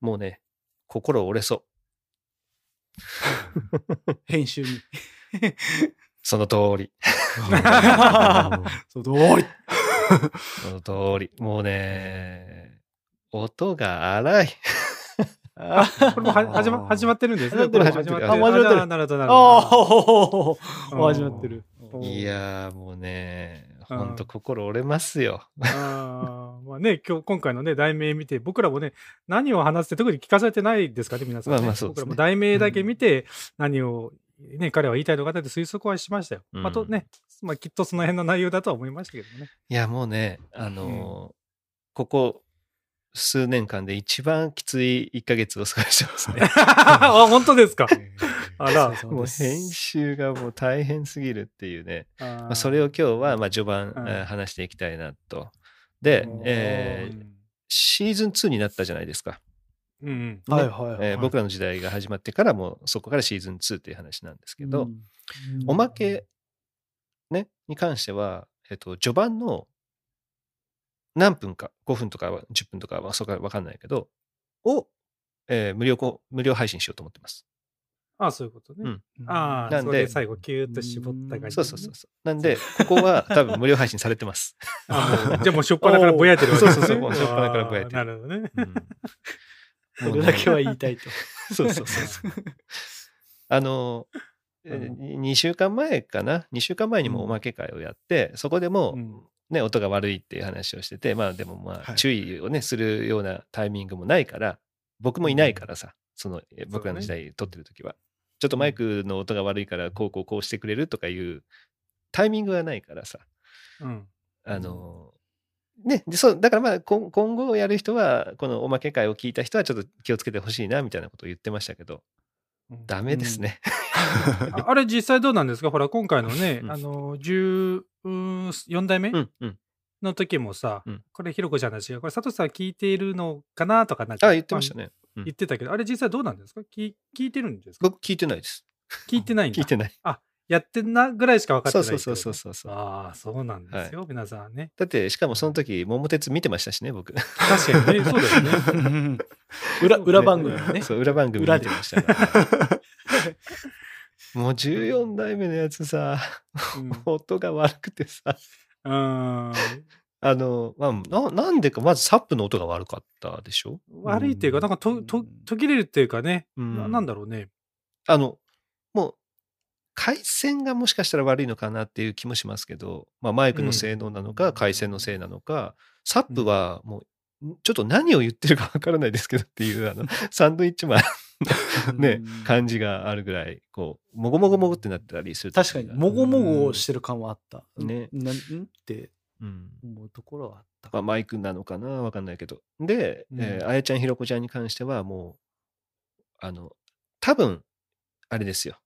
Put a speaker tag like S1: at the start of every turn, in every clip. S1: もうね、心折れそう。
S2: 編 集に。
S1: その通り。
S2: そう、どうい
S1: その通り。もうね、音が荒い。
S2: これもうは始ま始まってるんですね。
S1: これ始まってる
S2: あもう始まってる。
S3: なるほど、なるほ
S2: あ あ、
S3: ど。
S2: 始まってる。
S1: いやーもうね、
S2: うん
S1: ほんと心折れますよ。
S2: あーまあね、今日、今回のね、題名見て、僕らもね、何を話すって特に聞かされてないですからね、皆さん、ね。
S1: まあまあそうですね
S2: 僕らも題名だけ見て、何を、ね、彼は言いたいのかなって推測はしましたよ。
S1: うん
S2: まあ、とね、まあ、きっとその辺の内容だとは思いましたけど ね。
S1: いやもうね、あのーここ数年間で一番きつい1ヶ月を過ごしてます ね。
S2: あ、本当ですか。あら
S1: もう編集がもう大変すぎるっていうね。ま
S2: ま
S1: あ、それを今日はまあ序盤、
S2: うん
S1: えー話していきたいなと。で
S2: おー、
S1: えーシーズン2になったじゃないですか、
S2: うん。
S3: はいはいはい。
S1: えー僕らの時代が始まってからもうそこからシーズン2っていう話なんですけど、
S3: うん、
S1: おまけ、ね、に関しては、えっと、序盤の何分か5分とかは10分とかはそこは分かんないけどを、えー無料こ無料配信しようと思ってます。
S2: ああそういうことね。
S1: うん
S2: ああ、
S1: なんで
S2: それ最後、キューッと絞った感じ、
S1: そうそうそうそう。なんでここは多分無料配信されてます。
S2: あもうじゃあもうしょっぱなからぼやいてるわけです ね。
S1: そうそうそうもうしょっぱなからぼやいてる
S2: あーなるほどね。
S1: うん
S3: それだけは言いたいと。
S1: そうそうそうそう。あの、 え2週間前かな2週間前にもおまけ会をやって、そこでも
S2: うん
S1: う、ね、音が悪いっていう話をしててまあでもま
S3: は
S1: あ
S3: い
S1: 注意をねするようなタイミングもないから僕もいないからさそのえ僕らの時代撮ってる時は、ちょっとマイクの音が悪いからこうこうこうしてくれるとかいうタイミングがないからさ
S2: うん。
S1: あの、ね、でそうだからまあ今今後やる人はこのおまけ会を聞いた人はちょっと気をつけてほしいなみたいなことを言ってましたけど
S2: うん
S1: ダメですね。
S2: ああれ実際どうなんですかほら今回のね、
S1: うん
S2: あの14代目
S1: うんうん
S2: の時もさ、
S1: うん
S2: これひろこちゃんたちがこれ佐藤さん聞いているのかなとかなんか
S1: あ言ってました
S2: ね、
S1: ね。
S2: あ言ってたけどあれ実際どうなんですか聞聞いてるんですか
S1: 僕聞いてないです。
S2: 聞いてないんだ
S1: 聞いてない。
S2: やってんなぐらいしか分かって
S1: そ
S2: な
S1: う
S2: い
S1: そうそうそううそうそう。
S2: ああそうなんですよ、皆さんね
S1: だってしかもその時桃鉄見てましたしね僕。
S2: 確かにねそうだ よ ね
S3: 裏裏番組ね。
S1: そう裏番組見てましたから。もう14代目のやつさ
S2: うん
S1: 音が悪くてさ
S2: うーん
S1: あの、まあ、ななんでかまずサップの音が悪かったでしょ、
S2: 悪いっていうかなんかとと途切れるっていうかね、
S1: う
S2: ななんだろうね
S1: あの、もう、回線がもしかしたら悪いのかなっていう気もしますけど、まあ、マイクの性能なの
S2: う
S1: か、
S2: ん
S1: 回線のせいなのか、サップはもう、んちょっと何を言ってるかわからないですけどっていう、あの、サンドイッチマン
S3: うん
S1: ね、感じがあるぐらい、こう、もごもごもごってなったりする。
S3: 確かに、もごもごをしてる感はあった。
S1: ね
S3: なんんって
S1: うん。
S3: 思うところはあった
S1: まあ、マイクなのかなわかんないけど。で、えー
S2: うん
S1: あやちゃん、ひろこちゃんに関しては、もう、あの、多分、あれですよ。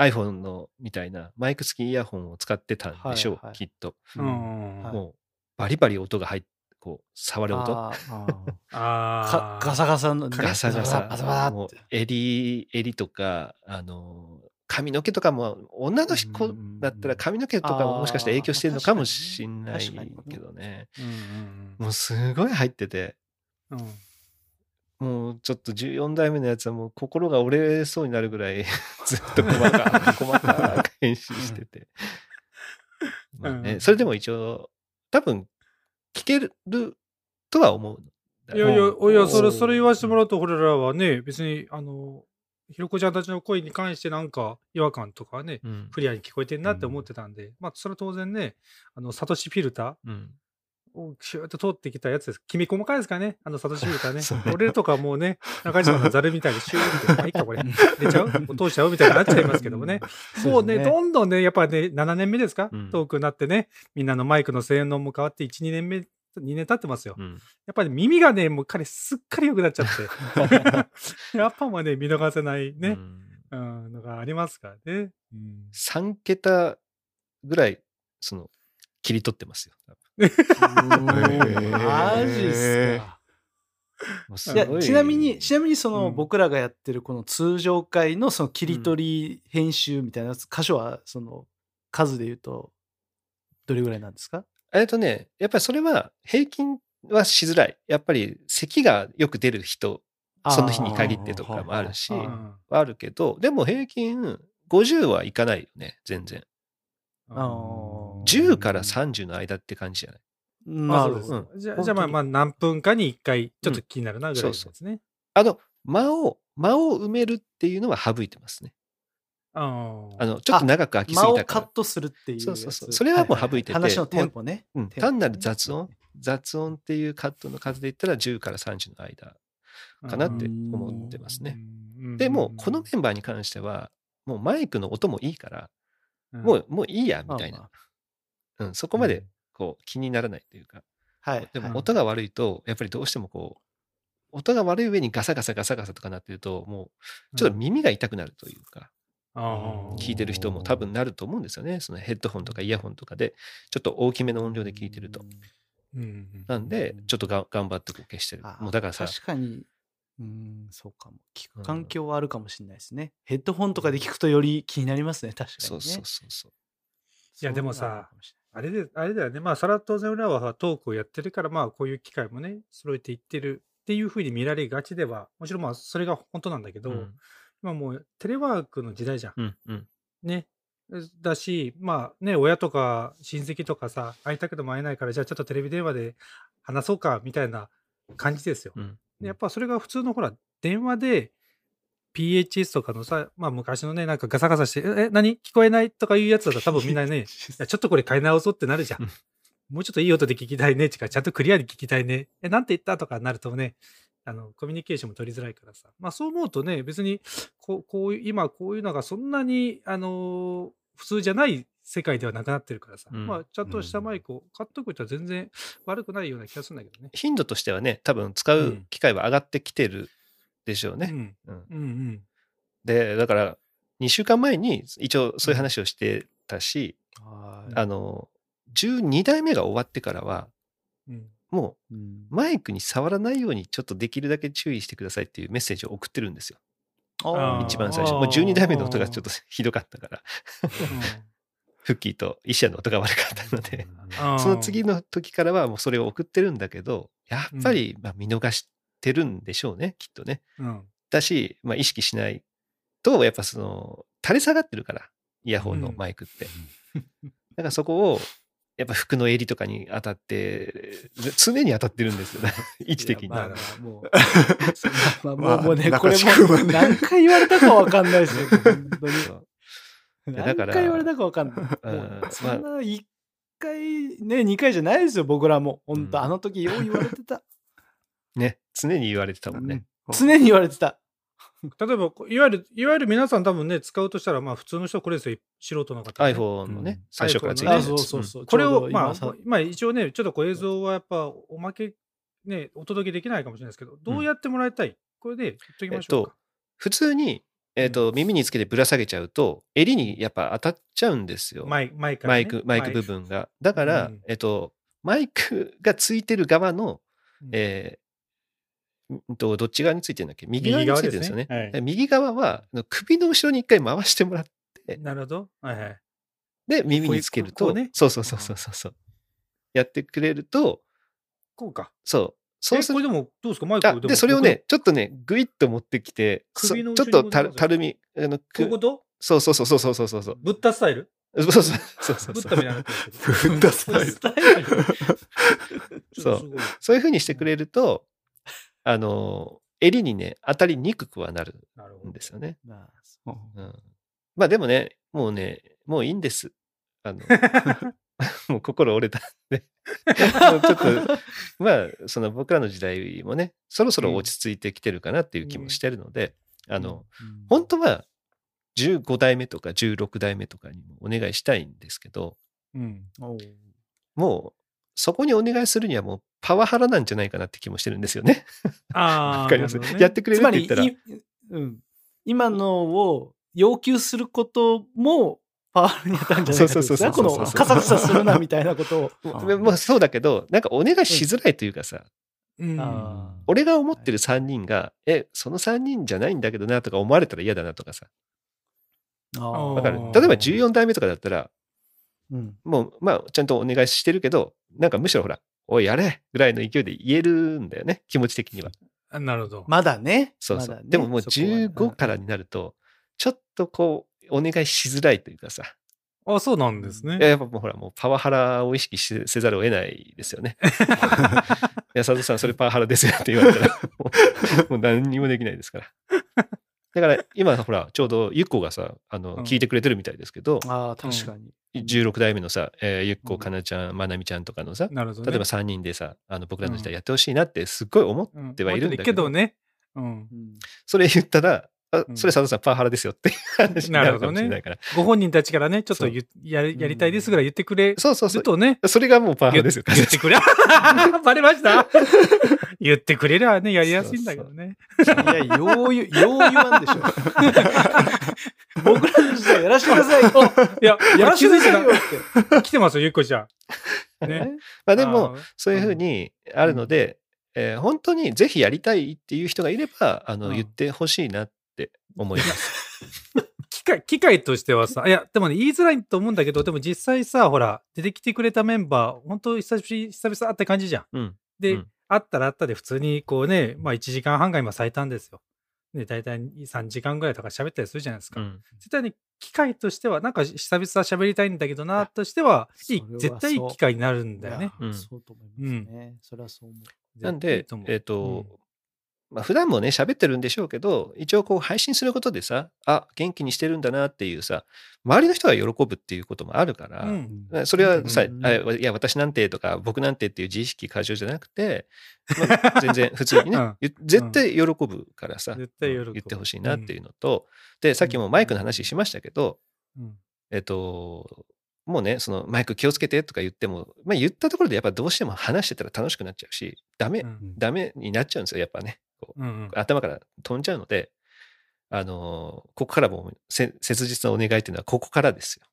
S1: iPhone のみたいなマイク付きイヤホンを使ってたんでしょう、
S3: はいはい
S1: きっと。
S2: う
S3: うん
S2: ん、
S3: はい
S1: もう、バリバリ音が入って、こう、触る音。
S3: あーか
S2: あ
S3: ガサガサのね
S1: ガサガサ。
S3: バサバサ
S1: も
S3: っ
S1: う
S3: て、
S1: 襟、襟とか、あの、髪の毛とかも、女の
S3: う
S1: 子
S3: んうんうん
S1: だったら髪の毛とかももしかしたら影響してるのかもしんない
S3: あー確かにね
S1: けどね。
S2: ーうん
S1: もうすごい入ってて。
S2: うんうん
S1: もうちょっと14代目のやつはもう心が折れそうになるぐらい ずっと細かく細かく編集して て。まあ
S2: う
S1: ね、
S2: ん
S1: それでも一応多分聞けるとは思うんだ
S2: い
S1: よ
S2: や
S1: ね。
S2: いや、
S3: うん
S2: いや、それ、それ言わせてもらうと、俺らはね、別に、あの、ひろこちゃんたちの声に関してなんか違和感とかね、
S1: うん
S2: クリアに聞こえてんなって思ってたんで、まあ、それは当然ね、あの、サトシフィルタ
S1: うん
S2: ーをシューッと通ってきたやつです。きめ細かいですからね、あの、サトシフィルターね。
S1: そうね
S2: 俺らとかもうね、中島のザルみたいにシューッて、まあ、いいか、これ、出ちゃう通しちゃうみたいになっちゃいますけどもね。もうね、どんどんね、やっぱね、7年目ですか、
S1: うん
S2: 遠くなってね、みんなのマイクの性能も変わって、1、2年目、2年経ってますよ。
S1: うん
S2: やっぱり耳がね、もう彼すっかり良くなっち ゃって。やっぱもうね、見逃せないね
S1: う、ん
S2: うん、のがありますからね。うん、
S1: 3桁ぐらいその切り取ってますよ。
S3: マジっすか
S1: もうす
S3: いや
S1: ご
S3: ちなみにち
S1: い
S3: なみにその、
S2: うん
S3: 僕らがやってるこの通常回のその切り取り編集みたいな箇所はその数で言うとどれぐらいなんですか
S1: えっとねやっぱりそれは平均はしづらい。やっぱり咳がよく出る人その日に限ってと
S3: あ
S1: か
S3: ー
S1: もあるし
S3: あーあー
S2: ん
S1: はあるけど、でも平均50はいかないよね、全然。
S3: あー
S1: 10から30の間って感じじゃない。
S2: まあ
S3: なる
S2: そうで
S3: ほ
S2: す
S3: ど。
S1: うん
S2: じゃあじゃあまあまあ何分かに1回ちょっと気になるなぐらいですね。
S1: あの、間を、間を埋めるっていうのは省いてますね。
S2: あ
S1: あの、ちょっと長く空きす
S3: 間
S1: ぎ
S3: を
S1: た
S3: カ
S1: か
S3: ッ
S1: ら。
S3: トするっていうやつ。
S1: そうそうそうそれはもう省いてて
S3: ははは話のテンポね。
S1: うん、単なる雑音、雑音っていうカットの数で言ったら10から30の間
S2: あ
S1: かなって思ってますね。。
S2: うん
S1: でも、このメンバーに関しては、もうマイクの音もいいから、
S2: うん
S1: もう、もういいや、
S3: ま
S1: み
S3: あま
S1: た
S3: あ
S1: いな。うん、そこまで、こう、気にならないというか。
S3: はい。
S1: でも
S3: はい
S1: 音が悪いと、やっぱりどうしてもこう、音が悪い上にガサガサガサガサとかなってると、もうちょっと耳が痛くなるというか、
S2: あー
S1: 聞いてる人も多分なると思うんですよね。そのヘッドホンとかイヤホンとかで、ちょっと大きめの音量で聞いてると。
S2: うんうん
S1: なんで、ちょっとが頑張ってこう消してる
S3: あ。ー
S1: もうだからさ、
S3: 確かに、うん、そうかも。聞く環境はあるかもしれないですね。ヘッドホンとかで聞くとより気になりますね、確かに、ね。
S1: そうそうそうそう。
S2: い
S3: そ
S2: や
S3: う
S2: でもさ
S3: あるかもし
S2: あれで、あれだよね。まあ、さらっとゼ裏はトークをやってるから、まあ、こういう機会もね、揃えていってるっていうふうに見られがちでは、もちろんまあ、それが本当なんだけど、
S1: うん
S2: まあもう、テレワークの時代じゃん。
S1: うんうん
S2: ね。だし、まあね、親とか親戚とかさ、会いたくても会えないから、じゃあちょっとテレビ電話で話そうか、みたいな感じですよ。
S1: うん
S2: でやっぱそれが普通のほら、電話で PHS とかのさ、まあ昔のね、なんかガサガサして、え、え何聞こえないとかいうやつだと多分みん なね、いやちょっとこれ買い直そうってなるじゃん
S1: うん。
S2: もうちょっといい音で聞きたいね、ちか、ちゃんとクリアに聞きたいね。え、なんて言ったとかなるとね、あの、コミュニケーションも取りづらいからさ。まあそう思うとね、別に、こう、こういう、今こういうのがそんなに、あのー普通じゃない世界ではなくなってるからさ。
S1: うん
S2: まあちゃんとしたマイクを買っとくと全然悪くないような気がするんだけどね。
S1: 頻度としてはね、多分使う機会は上がってきてるでしょうね。
S2: うん
S1: うん。
S2: うんうん。
S1: で、だから、2週間前に一応そういう話をしてたし、
S3: れないはい
S1: あの、12代目が終わってからは、
S2: うん
S1: も
S3: うん
S1: うマイクに触らないようにちょっとできるだけ注意してくださいっていうメッセージを送ってるんですよ。
S2: あー
S1: 一番最初。
S2: あー
S1: もう12代目の音がちょっとひどかったから、フッキーとイシャの音が悪かったので、 その次
S2: の、
S1: の時からはもうそれを送ってるんだけど、やっぱりまあ見逃してるんでしょうね、きっとね。
S2: うん
S1: だし、まあ意識しないと、やっぱその、垂れ下がってるから、イヤホンのマイクって。だからそこを、やっぱ服の襟とかに当たって、常に当たってるんですよ、ね、位置的に。
S3: いやまあま
S1: だ
S3: あ もうそうまあまあも
S4: まあ
S3: うもうね、
S4: 中
S3: これ
S4: 地君は
S3: も
S4: ね
S3: 何回言われたかわかんないで すよ、本当に。
S1: いやだ
S3: 何
S1: から
S3: 回言われたかわかんない。
S1: うん
S3: もうそん
S1: ま
S3: な1回、ね、2回じゃないですよ、僕らも。本当、
S1: うん
S3: あの時よう言われて た。
S1: ね、常に言われてたもんね。
S3: 常に言われてた。
S2: 例えばこう、いわゆる、いわゆる皆さん多分ね、使うとしたら、まあ普通の人はこれですよ、素人の方、ね。
S1: iPhone のね、
S4: うん
S1: 最初からついてるや
S3: あ
S1: つ
S3: そうそうそう。
S2: これ
S3: ちょ
S2: を
S3: う、ど
S2: ま
S3: 今
S2: あ
S3: さ、
S2: まあ一応ね、ちょっとこう映像はやっぱおまけ、ね、お届けできないかもしれないですけど、どうやってもらいたい、これで言っときましょうか。
S1: 普通に、えっと耳につけてぶら下げちゃうと襟にやっぱ当たっちゃうんですよ。
S2: マイマイク、
S1: マイク、マイク部。分が。だから、
S2: うん
S1: えっと、マイクがついてる側の、
S2: うん
S1: えーうんと、どっち側についてるんだっけ右側についてるんですよね。
S2: は
S1: で
S2: い、
S1: 右側は、あの首の後ろに一回回してもらって、
S2: なるほど。はいはい。
S1: で、耳につけると、
S2: こうこうね
S1: そうそうそうそうそうそう。やってくれると、
S2: こうか。
S1: そう。そうす
S2: えこ
S1: る
S2: れでも、どうですかマイク
S1: あ
S2: も
S1: で、それをね、ちょっとね、ぐいっと持ってきて、そ
S2: 首の
S1: ちょっ
S2: 後ろ
S1: と
S2: に
S1: た
S2: 戻
S1: る
S2: す
S1: たるみ、あの、
S2: こういうこ
S1: く
S2: と
S1: そうそうそうそうそうそうそうそう。
S2: ブッダスタイル
S1: そうそうそうそう
S2: ブッ
S1: そ
S2: ダみ
S1: う。
S2: たいになってるけど
S4: ふんだスタイル
S3: スタイル
S2: ちょっとすごい
S1: そういう風にしてくれると、あの、襟にね、当たりにくくはなる
S2: なるほど
S1: んですよね。
S3: まあそ
S1: うん、まあでもね、もうね、もういいんです。あの、 もう心折れたんで。もうちょっと、まあ、その僕らの時代もね、そろそろ落ち着いてきてるかなっていう気もしてるので、あの、
S3: ううん
S1: 本当は15代目とか16代目とかにもお願いしたいんですけど、
S2: うん。
S3: おう
S1: もうそこにお願いするにはもうパワハラなんじゃないかなって気もしてるんですよね。
S2: ああ。
S1: わかります、
S2: なるほどね
S1: やってくれ
S3: つ
S1: るっ
S3: ま
S1: て
S3: り
S1: 言ったら。
S3: いうん、今のを要求することもパワハラに当たるんじゃないかと
S1: そうそうそうそう
S3: このカサカサするなみたいなことを。
S1: も
S4: あ
S1: うまあそうだけど、なんかお願いしづらいというかさ、
S2: うん
S3: あー
S1: 俺が思ってる3人が、え、その3人じゃないんだけどなとか思われたら嫌だなとかさ。
S3: あ
S1: だから、
S2: あ
S1: 例え
S2: ー
S1: ば14代目とかだったら、
S3: うん、
S1: もう、まあ、ちゃんとお願いしてるけど、なんかむしろほら、おい、やれぐらいの勢いで言えるんだよね、気持ち的には。
S2: あなるほど。
S3: まだね。
S1: そうそう。
S3: まだね
S1: でももう
S3: そこはね
S1: 15からになると、ちょっとこう、お願いしづらいというかさ、
S2: あ、そうなんです
S1: いや
S2: ね。
S1: やっぱもうほら、もうパワハラを意識しせざるを得ないですよね。い や、佐藤さん、それパワハラですよって言われ たら、もうもう何にもできないですから。だから今ほらちょうどゆっこがさあの
S2: うん
S1: 聞いてくれてるみたいですけど、
S3: ああ、確かに。
S1: 16代目のさ、えーゆっ
S2: う
S1: こ
S2: ん
S1: かなちゃんまなみちゃんとかのさ
S2: なるほど、ね。
S1: 例えば3人でさあの僕らの時代やってほしいなってすっごい思っ
S2: うん、
S1: てはいるんだけど
S2: けどね。うん。
S3: うん
S1: それ言ったら、あ
S2: うん
S1: それ佐藤さんパワハラですよっていう話になるかもしれないから。
S2: ご本人たちからね、ちょっ
S1: そ
S2: と
S1: う
S2: ゆやりやりたいですぐらい言ってくれる
S1: そうそうそう。
S2: とね、
S1: それがもうパワハ
S2: 言
S1: ラ
S2: っ
S1: ですよ。
S2: 言ってくれ、 バレました言ってくれりゃね、やりやすいんだけどね。
S3: いや、よう言う、よう言わんでしょ。僕らの時代やらしてくださいよ。
S2: いや、
S3: や
S2: や
S3: ら
S2: ら
S3: せてく
S2: せ
S3: ださ
S2: て
S3: いよ
S2: が
S3: って。
S2: 来てますよ、ゆっこちゃん。ね。
S1: ま あでも、
S2: あー、
S1: そういうふうにあるので、えー本当にぜひやりたいっていう人がいれば、あの、
S2: うん
S1: 言ってほしいなって思いま す。
S2: 機械、機械としてはさ、いや、でもね、言いづらいと思うんだけど、でも実際さ、ほら、出てきてくれたメンバー、本当久しぶり、久々って感じじゃん。
S1: うん。
S2: で、
S1: うん
S2: あったらあったで、普通にこうね、まあ1時間半が今最短ですよ。で、大体3時間ぐらいとか喋ったりするじゃないですか。
S1: うん
S2: 絶対に機会としては、なんか久々喋りたいんだけどな、としては、いい
S3: それは
S2: 絶対いい
S3: そう
S2: 機会になるんだよ
S3: い
S2: ね
S3: や。
S1: うん
S3: そうと思いますね。それはそう思
S1: なん
S2: 絶対いい
S1: で
S2: と思、う
S1: えっ、と、まあ普段もね、喋ってるんでしょうけど、一応こう配信することでさ、あ、元気にしてるんだなっていうさ、周りの人が喜ぶっていうこともあるから、
S2: う
S3: う。
S2: ん
S3: うん
S1: それはさ、
S3: うん
S1: あいや、私なんてとか、僕なんてっていう自意識過剰じゃなく て、まあ全然普通にね、
S2: うん
S1: ゆ絶対喜ぶからさ、
S2: 絶対喜ぶ
S1: 言ってほしいなっていうのと、で、さっきもマイクの話しましたけど、
S2: うん
S1: えっと、もうね、そのマイク気をつけてとか言っても、まあ、言ったところでやっぱどうしても話してたら楽しくなっちゃうし、ダメ、
S2: うん
S1: ダメになっちゃうんですよ、やっぱね。こう
S2: うんうん
S1: 頭から飛んじゃうので、あのーここからもうせ切実なお願いっていうのはここからですよ。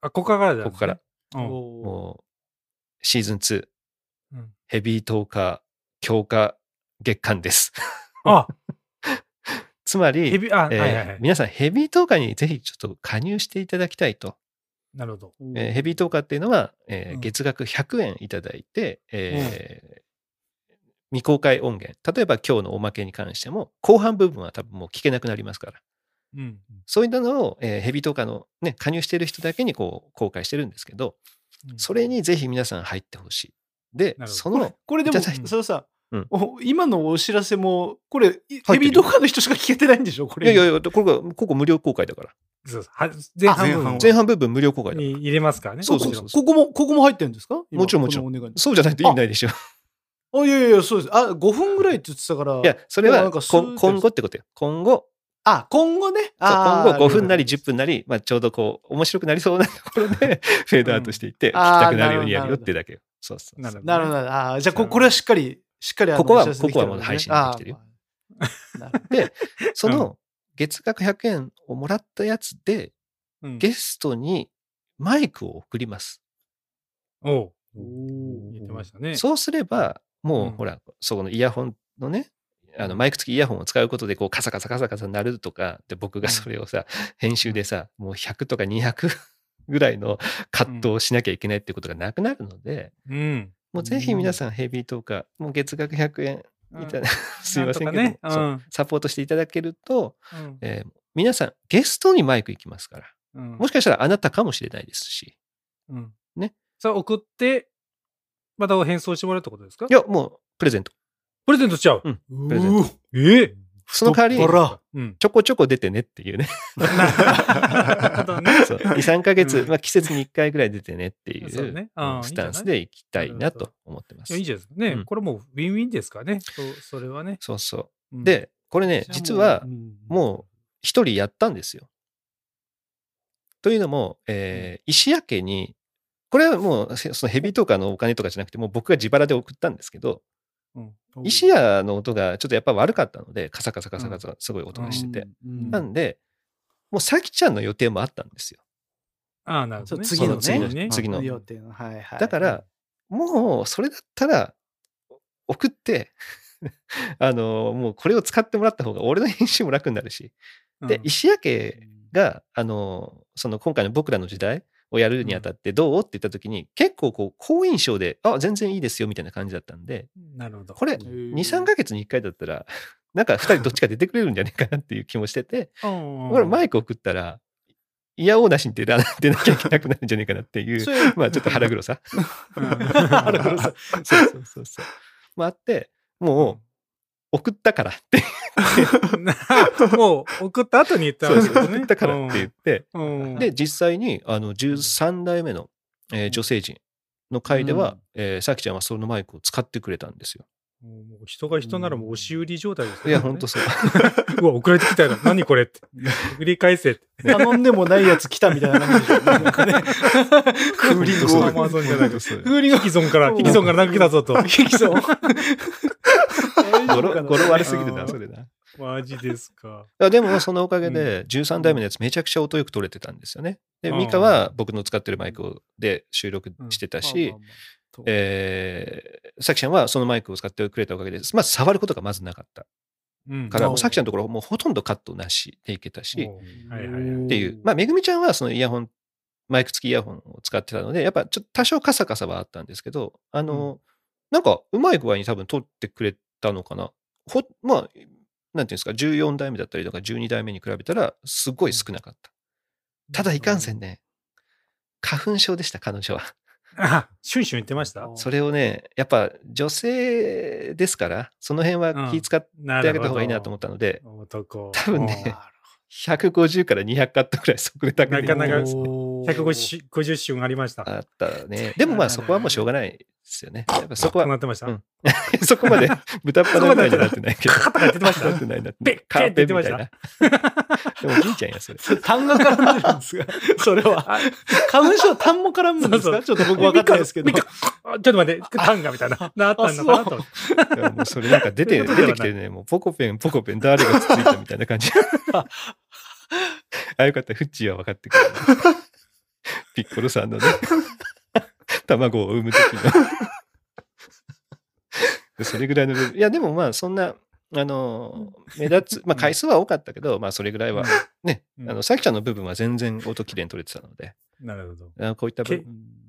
S2: あ、ここからだよね、
S1: ここから
S2: うん。
S3: おー
S1: もう、シーズン2、
S2: うん
S1: ヘビートーカー強化月間です。
S2: あ、
S1: つまり、
S2: ヘビ、あ、は
S1: え
S2: い
S1: ー
S2: はいはい。
S1: 皆さんヘビートーカーにぜひちょっと加入していただきたいと。
S2: なるほど。
S1: えーヘビートーカーっていうのは、えー
S2: うん
S1: 月額100円いただいて、えー未公開音源。例えば今日のおまけに関しても、後半部分は多分もう聞けなくなりますから。
S2: うん。
S1: そういったのを、えーヘビートーカーのね、加入している人だけにこう公開してるんですけど、
S2: うん
S1: それにぜひ皆さん入ってほしい。で、
S2: なるほど
S1: そ
S3: こ
S1: の
S3: れ、これでも、
S1: いただ
S2: いて
S3: そのさ
S1: うん、
S3: お今のお知らせも、これ、ヘビ
S1: る
S3: ー動画の人しか聞けてないんでしょこ
S1: い
S3: れ。
S1: やいやいや、これが、ここ無料公開だから。
S2: そうそうは前半
S3: 前半
S2: 分
S3: は
S1: 前半部分無料公開だか
S2: に入れますからね。
S1: そうそうそう
S2: もち
S3: ここも、ここも入ってるんですか今
S1: もちろんもちろん
S3: このお願い
S1: ら。そうじゃないと意味ないでしょ。
S3: あ、いやいやいや、そうです。あ、5分ぐらいって言ってたから。
S1: いや、それ
S3: もうな
S1: は
S3: んかスーッ
S1: こ
S3: と
S1: 今後ってことよ。今後、
S3: あ、今後ね。
S1: そう
S3: あー
S1: 今後5分なり10。
S3: る
S1: 分なり、まあ、ちょうどこう、面白くなりそうなところで、 フェードアウトしていって、聞き
S3: あー
S1: たくなるようにやるよってだけよ。そうそう
S2: ろんな
S1: そう。
S2: るほどね
S3: ほどなるほど。あーじゃあこ、これはしっかり、しっかりあの
S1: ここは
S3: お知らせできてる
S1: ここは
S3: わけね
S1: もう配信できてるよ。
S3: あーま あなるほど
S1: で、その月額100円をもらったやつで、
S2: うん
S1: ゲストにマイクを送ります。
S2: おう
S3: おー
S2: 言ってましたね。
S1: そうすれば、も
S2: う
S1: うんほら、そこのイヤホンのね、あのマイク付きイヤホンを使うことでこうカサカサカサカサ鳴るとかで僕がそれをさ編集でさもう100とか200ぐ らいのカットをしなきゃいけないってことがなくなるので
S2: うん。
S1: もうぜひ皆さんヘビーとかもう月額100円いただすいませんけど、
S2: ね。う。
S1: そうん サポートしていただけると、
S2: うん
S1: えー皆さんゲストにマイク行きますから
S2: うん
S1: もしかしたらあなたかもしれないですし
S2: うん
S1: ね。
S2: それ送って、また返送してもらうってことですか
S1: いやもうプレゼント
S2: プレゼントしちゃう。
S1: プレゼン
S3: う
S1: ト
S3: ー
S2: ええ
S1: その代わり
S3: 太っ腹
S2: うん。
S1: ちょこちょこ出てねっていうね
S2: なるほどね。
S1: そう23ヶ月、
S2: うん
S1: まあ、季節に1回ぐらい出てねってい
S2: そう
S1: う
S2: ね
S1: うん
S2: あー
S1: スタンスでいきたいなと思ってま
S2: い
S1: す。
S2: やいいじゃないですか。ね、
S1: うん
S2: これもうウィンウィンですからね。そうそれはね。
S1: そうそうう。
S2: ん、
S1: で、これね、実は
S3: う
S1: もう一人やったんですよ。というのも、えー石屋家に、これはもうせそのヘビートーカーのお金とかじゃなくて、もう僕が自腹で送ったんですけど、
S3: ん、
S1: 石屋の音がちょっとやっぱ悪かったので、カサカサカサカサすごい音がしてて。
S3: うん、うん
S1: なんで、もうさきちゃんの予定もあったんですよ。
S2: ああ、なるほ
S3: そ
S2: ど、
S3: う
S2: ね。
S3: 次のね
S1: その次の次の
S3: 予定のはいはい、
S1: だから、もうそれだったら送って あのもうこれを使ってもらった方が俺の編集も楽になるし、
S2: うん
S1: で石屋
S3: う
S1: 家
S3: ん
S1: があのその今回の「僕らの時代」をやるにあたってどうって言った時に結構こう好印象であ全然いいですよみたいな感じだったんで
S2: なるほど。
S1: これ23ヶ月に1回だったら なんか2人どっちか出てくれるんじゃないかなっていう気もして て
S2: うん、
S1: これマイク送ったらいやおうなしに出ら出なきゃいけなくなるんじゃないかなっていう
S3: そういう
S1: まあちょっと腹黒さ
S2: うん
S1: 腹黒さそうそうそうそうまああってもう送ったから って
S2: もう送った後に言ったんですよね。
S1: 送ったからって言って
S2: うん
S1: で、実際にあの13代目の、えー
S2: うん
S1: 女性陣の会で
S3: う
S1: は
S3: ん、
S1: えーさきちゃんはそのマイクを使ってくれたんですよ。
S2: うんもう人が人ならもう押し売り状態ですよ
S1: い
S2: ね
S1: や、ほんとそう。
S2: うわ、送られてきたよ。何これって。繰り返せって。
S3: 頼んでもないやつ来たみたいな感じでしょなんかね。クーリング
S2: そう
S3: オ
S2: アマ
S3: フ。
S2: ゾンじゃないと
S1: そう
S2: フーリンヒキゾンから、ヒキゾンから何か来たぞと。
S3: ヒキゾン。
S1: ゴ ロゴロ悪すぎる
S2: う
S1: な、
S2: ん
S1: それな。い
S2: マジですか。
S1: やで も、そのおかげで、13代目のやつめちゃくちゃ音よく取れてたんですよね。で、
S2: うん
S1: ミカは僕の使ってるマイクをで収録してたし、えーさきちゃんはそのマイクを使ってくれたおかげで、まず触ることがまずなかった
S2: うん
S1: から、
S3: う
S1: も
S3: ん
S1: うさきちゃんのところもうほとんどカットなしでいけたし、
S2: うんはいはいはい
S1: っていう、まあ、めぐみちゃんはそのイヤホン、マイク付きイヤホンを使ってたので、やっぱちょっと多少カサカサはあったんですけど、あの、なんかうまい具合に多分撮ってくれたのかな。ほまあ、なんていうんですか、14代目だったりとか12代目に比べたら、すごい少なかった。ただいかんせんね、花粉症でした、彼女は。
S2: あ、シュンシュン言ってました
S1: それをね、やっぱ女性ですから、その辺は気使って
S2: な
S1: あげた方がいいなと
S2: る
S1: 思ったので、
S2: ほど。男。
S1: 多分ね150から200カットくらい即れた
S2: なかなかうん。
S3: 150
S2: 150シュンありました。
S1: あったね。でもまあそこはもうしょうがないですよね。やっぱそこ
S2: こうな
S1: は、
S2: ってました。
S1: うん そこまで豚っ腹みたいにはなってないけど。
S2: カカとか言ってました
S1: なってないなって
S2: ペ
S1: な
S2: ッ
S1: い。カーペンみたい
S2: ペ
S1: な。でもじいちゃんや、それ。
S3: 単が絡んでるんですが、それは。
S2: あ
S3: 花粉症単も絡むんです
S2: そうそ
S3: か
S2: う
S3: ちょっと僕分かってないですけど
S2: 見。たあちょっと待って、タンガみたいな。なったんだなと思って。
S1: いやもうそれなんか出
S2: そ
S1: て、
S2: ういうことで
S1: 出
S2: はな
S1: て
S2: い
S1: きてね、もうポコペン、ポコペン、誰がつついたみたいな感 じ。あ、よかった。フッチーは分かってくれる。ピッコロさんのね、卵を産む時の。それぐらいのレベル。いや、でもまあ、そんな、あの、目立つ、まあ、回数は多かったけど、まあ、それぐらいは、ね
S2: う、ん
S1: あの、さきちゃんの部分は全然音きれいに取れてたので、
S2: なるほど。
S1: あのこういった部
S2: け
S1: 分、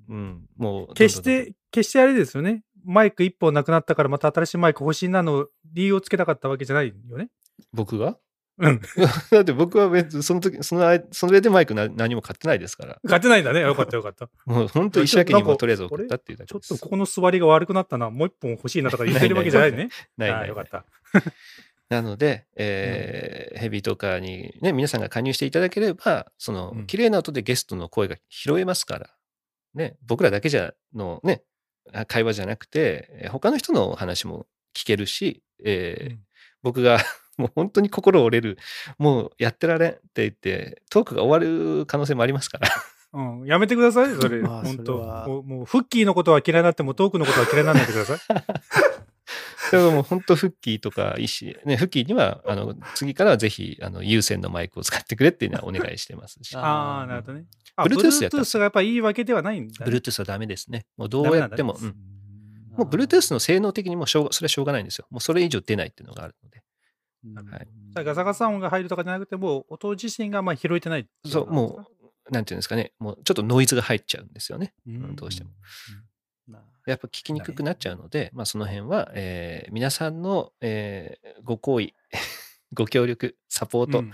S1: うん、もう、
S2: 決し
S1: どんどんどんどん、
S2: て、決してあれですよね。マイク一本なくなったからまた新しいマイク欲しいなの理由をつけたかったわけじゃないよね。
S1: 僕が
S2: うん。
S1: だって僕は別にその時、その間、それでマイクな何も買ってないですから。
S2: 勝てないんだね。よかったよかった。
S1: もう本当石垣にもとりあえず送ったっていうだけ
S2: ちょ
S1: で
S2: っ
S1: す。
S2: とここの座りが悪くなったな、もう一本欲しいなとか言ってるわけじゃないね。
S1: ない
S2: あ
S1: な
S2: あ
S1: い
S2: よかった。
S1: なので、えーヘビーとかにね、皆さんが加入していただければ、その
S2: うん
S1: 綺麗な音でゲストの声が拾えますから、ね、僕らだけじゃのね、あ会話じゃなくて、えー他の人のお話も聞けるし、えー
S2: うん
S1: 僕が もう本当に心折れる、もうやってられんって言って、トークが終わる可能性もありますから。
S2: うん、やめてください、それ。
S3: まあ
S2: 本当
S3: それは
S2: もう、もう、フッキーのことは嫌いになっても、トークのことは嫌いにならないでください。
S1: だからもう本当、フッキーとか、いいしね、フッキーには、あの、次からはぜひ、あの、有線のマイクを使ってくれっていうのはお願いしてますし。
S3: あ
S2: ああ、なるほどね。あ、
S1: Bluetooth やったら
S2: Bluetooth がやっぱいいわけではないんだ、ね。
S1: Bluetooth はダメですね。もうどうやっても、
S2: ダ
S1: う
S2: メ
S1: ん。もう Bluetooth の性能的にもしょうが、それはしょうがないんですよ。もうそれ以上出ないっていうのがあるので。はい
S2: だからガサガサ音が入るとかじゃなくて、もう、音自身がまあ拾えてないってい
S1: そう、もう、なんていうんですかね、もうちょっとノイズが入っちゃうんですよね。
S3: う
S1: うんどうしても。
S3: うんな
S1: やっぱ聞きにくくなっちゃうので、まあその辺は、えー皆さんの、えーご好意、 ご協力、サポート、
S2: うん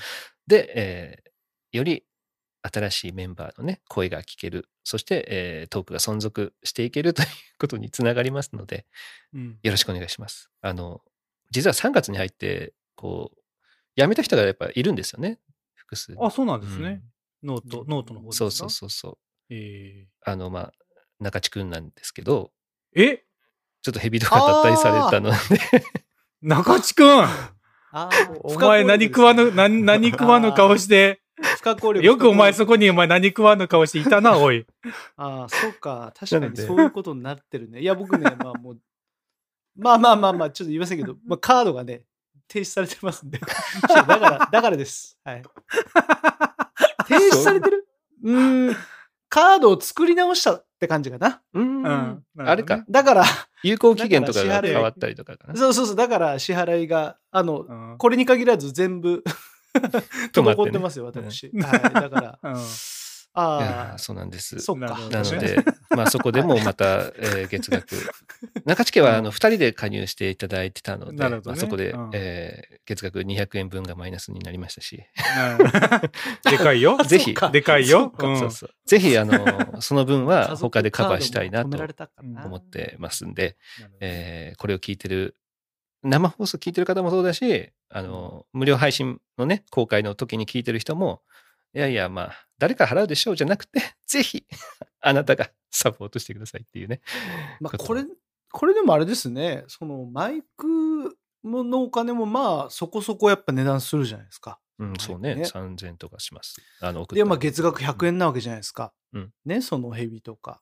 S1: で、えーより新しいメンバーのね、声が聞ける、そして、えートークが存続していけると いうことにつながりますので、
S2: うん
S1: よろしくお願いします。あの、実は3月に入って、こう、辞めた人がやっぱいるんですよね、複数。
S2: あ、そうなんですね。ノート、ノートの方です
S1: そ
S2: か
S1: うそうそうそう。
S2: え
S1: あの、まあ、中地くんなんですけど、
S2: ーえ
S1: ちょっとヘビとか脱退されたので、
S2: 中地くん
S3: あ。
S2: お前何食わぬ、何、何食わぬ顔してて。
S3: 不可抗力。
S2: よくお前そ
S3: そ
S2: こにお前何食わぬ顔していたな、おい。
S3: ああ、そうか。確か
S1: なの
S3: に
S1: で
S3: そういうことになってるね。いや、僕ね、まあもう、まあまあまあまあ、ちょっと言いませんけど、まあカードがね、停止されてますんで。 だから、だからです。 はい。停止されてるうーん。カードを作り直したって感じかな。
S1: う
S2: うんん。
S1: あれか。
S3: だから、
S1: 有効期限とかが変わったりとかかな。
S3: そうそうそう、だから支払いが、あの
S2: う、ん。
S3: これに限らず全部
S1: 止まってね
S3: 滞ってますよ、私。はい。だから、
S2: うん
S1: いや
S3: あ
S1: ー
S3: あ、
S1: そうなんです。
S3: そうか
S2: なる。ほ
S1: な
S2: ど
S1: の
S2: ね
S1: で、まあそこでもま た、えー月額。中地家はあの2人で加入していただいてたので、
S2: なるほど
S1: まあ、
S2: ね
S1: そこで、
S2: うん
S1: えー月額200円分がマイナスになりましたし、
S2: うんでかいよ。
S1: ぜひ
S3: そうか
S2: でかいよ。
S3: そうか
S2: うん
S1: そうそうぜひあ のその分は
S3: 家族
S1: 他でカバーしたいな
S3: カードも止め
S1: と
S3: られたからな
S1: 思ってますん で、
S2: なるほど
S1: えーこれを聞いてる、生放送聞いてる方もそうだし、あの無料配信のね、公開の時に聞いてる人も、いやいや、まあ、誰か払うでしょうじゃなくて、ぜひ、あなたがサポートしてくださいっていうね。
S3: まあ、
S1: こと
S3: これ、これでもあれですね、そのマイクものお金もまあそこそこやっぱ値段するじゃないですか。
S1: うん、そうね。
S3: ね
S1: 3000とかします。あの、送っ
S3: で、
S1: た
S3: まあ月額100円なわけじゃないですか。
S1: うん
S3: ね、そのヘビとか。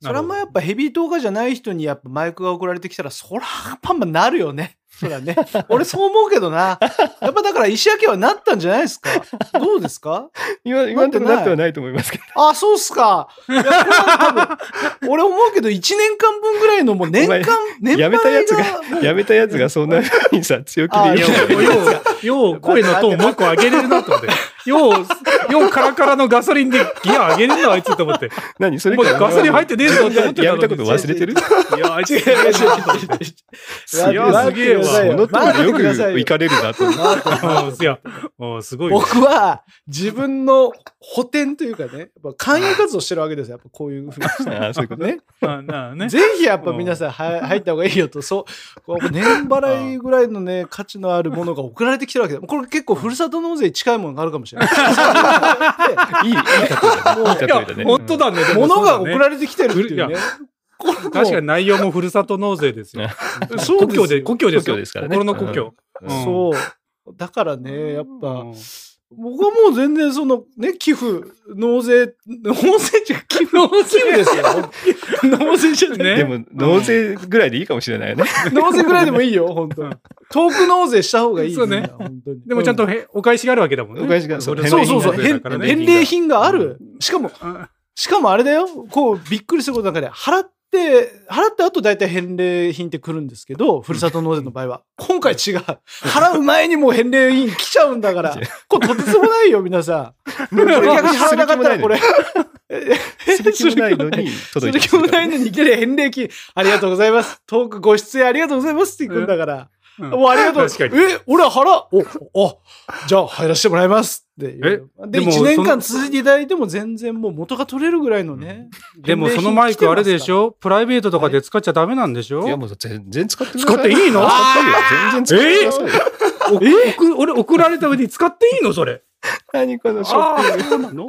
S3: そ
S2: な
S3: れは
S2: るほど
S3: まあやっぱヘビーとかじゃない人にやっぱマイクが送られてきたら、そらパンパンなるよね。そらね。俺そう思うけどな。やっぱだから石焼はなったんじゃないですか。どうですか
S1: 今、今のところなってはないと思いますけど。
S3: あ、そうっすか。いやこれは多分俺思うけど1年間分ぐらいのもう年間、年
S1: やめたやつが
S3: 配もう
S1: やめたやつがそんな風にさ、強気
S3: あ
S1: で
S2: い
S1: 言う
S2: や、
S1: か
S2: もう
S1: ら。
S2: よう、よう、声のトーンもう一個上げれるなと思って。よう、よう、カラカラのガソリンでギア上げれるな、あいつと思って。
S1: 何それ
S2: お前ガソリン入っててねえぞって思って
S1: や
S2: の
S1: め
S2: に
S1: たこと忘れてる
S2: いや、あいつ、
S1: すげえ
S2: や
S1: わ。
S2: すげえわ
S1: その通りよ
S3: 待ってくださ
S1: く
S3: いよ
S1: 行かれるなと思って。
S2: あいや、あすごいね。
S3: 僕は自分の補填というかね、やっぱ勧誘活動してるわけですよ。やっぱこういうふうにして。
S1: ああ、そういうことね。
S3: ね、
S2: まあなあね。
S3: ぜひやっぱ皆さんは入った方がいいよと、そう、こう年払いぐらいのね、価値のあるものが送られてきてるわけだ。これ結構ふるさと納税に近いものがあるかもしれない。
S1: いい、いい例えだね。いい例え
S2: いや
S1: だ、ね。
S2: 本当だね。でも
S3: 物が
S2: そうだね
S3: 送られてきてるっていう
S2: い
S3: ね
S2: や。
S3: これも
S2: 確かに内容もふるさと納税ですよ。
S3: そう
S2: 故
S3: ですよ
S2: 郷で、故郷です
S1: 故
S2: よ。
S1: 郷ですからね
S2: 心の故郷。
S1: うん
S2: うん
S3: そう。だからね、やっぱ、
S2: うん
S3: 僕はもう全然そのね、寄付、納税、納税 じゃ寄付、寄付ですよ。納税じゃない。
S2: ね
S1: でも、納税ぐらいでいいかもしれないよね。
S3: 納税ぐらいでもいいよ、本当
S2: う
S3: に
S2: ん。
S3: 遠く納税した方がいい。
S2: そうね
S3: みんな本当に
S2: でもちゃんとへお返しがあるわけだもんね。
S1: お返しがそう
S2: れ
S1: 返
S3: そうそうそう。
S1: 礼
S3: 返
S1: 品
S2: だからね
S1: 返
S3: 返礼品がある。しかも、
S2: うん
S3: しかもあれだよ。こう、びっくりすることなんかで、払って、払った後大体返礼品って来るんですけど、ふるさと納税の場合は。今回違う。払う前にもう返礼品来ちゃうんだから
S1: 違う、
S3: これとてつもないよ、皆さ ん。これ逆に払わなかったらこれ。
S1: する気もないのに
S3: そ
S1: 届
S3: れ
S1: いて
S3: 気もない
S1: い。
S3: のにいきなり返礼金、ありがとうござい ます。トークご出演ありがとうございますって行くんだから。
S2: うん
S3: もうありがとう。
S2: 確かに。
S3: え、俺は腹、お、お、じゃあ入らせてもらいますっていう。で、
S2: で
S3: 1
S2: もそ
S3: 年
S2: の
S3: 間続いていただいても全然もう元が取れるぐらいのね。
S2: でもそのマイクあれでしょプライベートとかで使っちゃダメなんでしょ
S1: いや、もう全然使ってください。
S2: 使っていいの
S1: 使っていいよ。全然使ってくださいよ。
S2: お送俺送られた上に使っていいのそれ。
S1: 何このショッ
S2: あーそうなの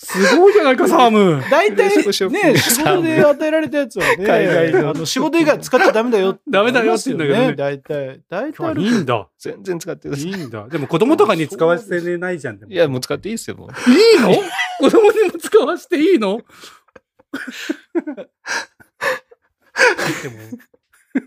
S2: すごいじゃないか、サーム。
S3: 大体
S1: でしょ
S3: ね、 仕事で与えられたやつはね、
S1: 海外の
S3: あの仕事以外使っちゃダメだよ。
S2: ダメだよって言うんだけどね
S3: 大体、大体あ
S2: いいん
S3: る。
S2: だ。
S1: 全然使ってくださ
S2: い
S1: い。
S2: いんだ。でも子供とかに使わせてないじゃん。でも
S1: いや、もう使っていいですよ、もう。
S2: いいの子供にも使わせていいのでも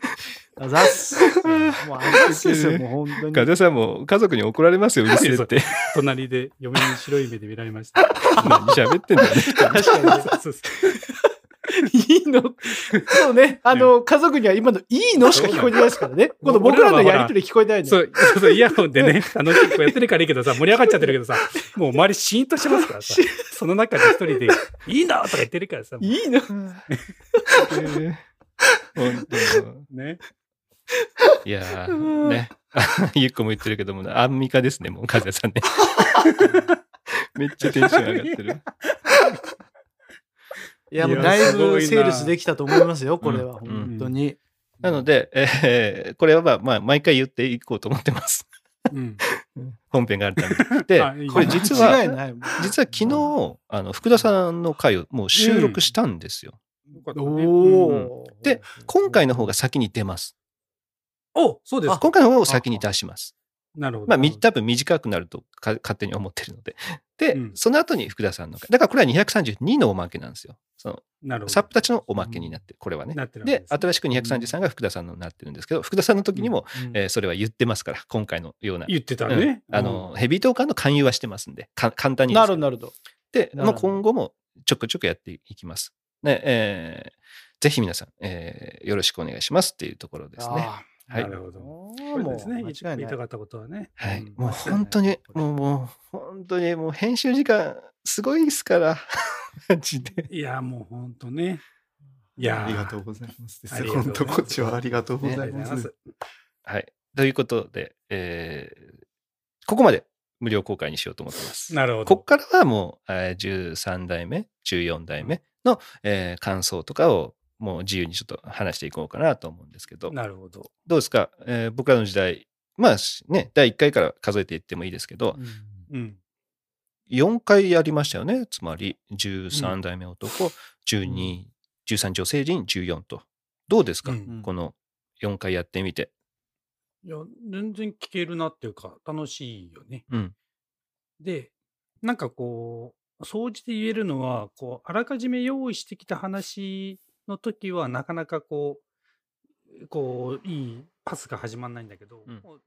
S3: あざっす。 もうあざっすですよ、もう本当に。
S1: ガゼさんも家族に怒られますよ、うるせえって。
S2: 隣で嫁に白い目で見られました。
S1: 何喋ってんだよね。
S3: 確かにね。
S2: そうそう
S3: いいのそうね。あの、家族には今のいいのしか聞こえてないですからね。この僕らのやりとり聞こえてないんで。
S2: そうそうそう、イヤホンでね、あの、結構やってるからいいけどさ、盛り上がっちゃってるけどさ、もう周りシーンとしてますからさ、その中で一人で、いいなとか言ってるからさ、
S3: いいの
S1: 本当
S2: ね。
S1: いやー、ね。 ゆっこも言ってるけども、アンミカですね、もう、ガゼさん ね。めっちゃテンション上がってる。
S3: いや、もう
S2: いや
S3: だい
S2: すごい
S3: ぶ
S2: な
S3: セールスできたと思いますよ、これは。
S1: うん
S3: 本当に。
S1: なので、えーこれはまあ、まあ、毎回言っていこうと思ってます。
S2: うん、
S1: 本編があるために。で
S2: あいい、ね
S1: これ実は
S3: 間違い、ない。
S1: 実は昨日、あの、福田さんの回をもう収録したんですよ。
S2: うん
S3: おー。
S1: で、今回の方が先に出ます。
S2: おそうですか。
S1: 今回の方を先に出します。
S2: なるほど。
S1: まあ、み多分短くなるとか勝手に思ってるので。で、
S2: うん
S1: その後に福田さんの回。だからこれは232のおまけなんですよ。その
S2: なるほど。
S1: サップたちのおまけになってる、これはね。
S2: なってるわけ
S1: で、
S2: すね
S1: 新しく233が福田さんのになってるんですけど、福田さんの時にも、えーそれは言ってますから、今回のような。
S2: 言ってたね。
S1: うんあの、ヘビートーカーの勧誘はしてますんで、か簡単にです
S3: な
S1: け
S3: る
S1: ど。
S3: なると。
S1: で、
S3: な
S1: も
S3: る
S1: う今後もちょくちょくやっていきます。ね、えーぜひ皆さん、えーよろしくお願いしますっていうところですね。
S3: あ
S1: はい
S2: なるほど。
S3: も
S2: そうですね。
S3: 間
S2: 一番
S3: 違いな
S2: 言い
S3: い
S2: た。かったことはね。
S1: はい
S2: ん
S1: もう本当に、もう、もう、本当に、もう編集時間、すごいですから、 マジで。
S2: いや、もう本当ね。 いやー
S4: ありがとうございます。
S2: ありがとうござい
S4: 本
S2: ます
S4: 当、こっちはありがとうござ
S2: あ
S4: い
S2: りがとうござ
S4: ま。
S2: いますす。
S1: はい。ということで、えーここまで無料公開にしようと思ってます。
S2: なるほ
S1: ここ
S2: ど。
S1: からはもう、えー13代目、14代目の、えー感想とかを、もう自由にちょっと話していこうかなと思うんですけど、
S2: なるほど。
S1: どうですか、えー僕らの時代、まあしね、第1回から数えていってもいいですけど、
S2: うん。
S1: 4回やりましたよね。つまり、13代目男、12、13女性陣、14と。どうですか、
S2: うん
S1: この4回やってみて。
S2: いや、全然聞けるなっていうか、楽しいよね。
S1: うん。
S2: で、なんかこう、総じて言えるのは、こう、あらかじめ用意してきた話の時は、なかなかこう、こう、いいパスが始まんないんだけど、
S1: うん
S2: もう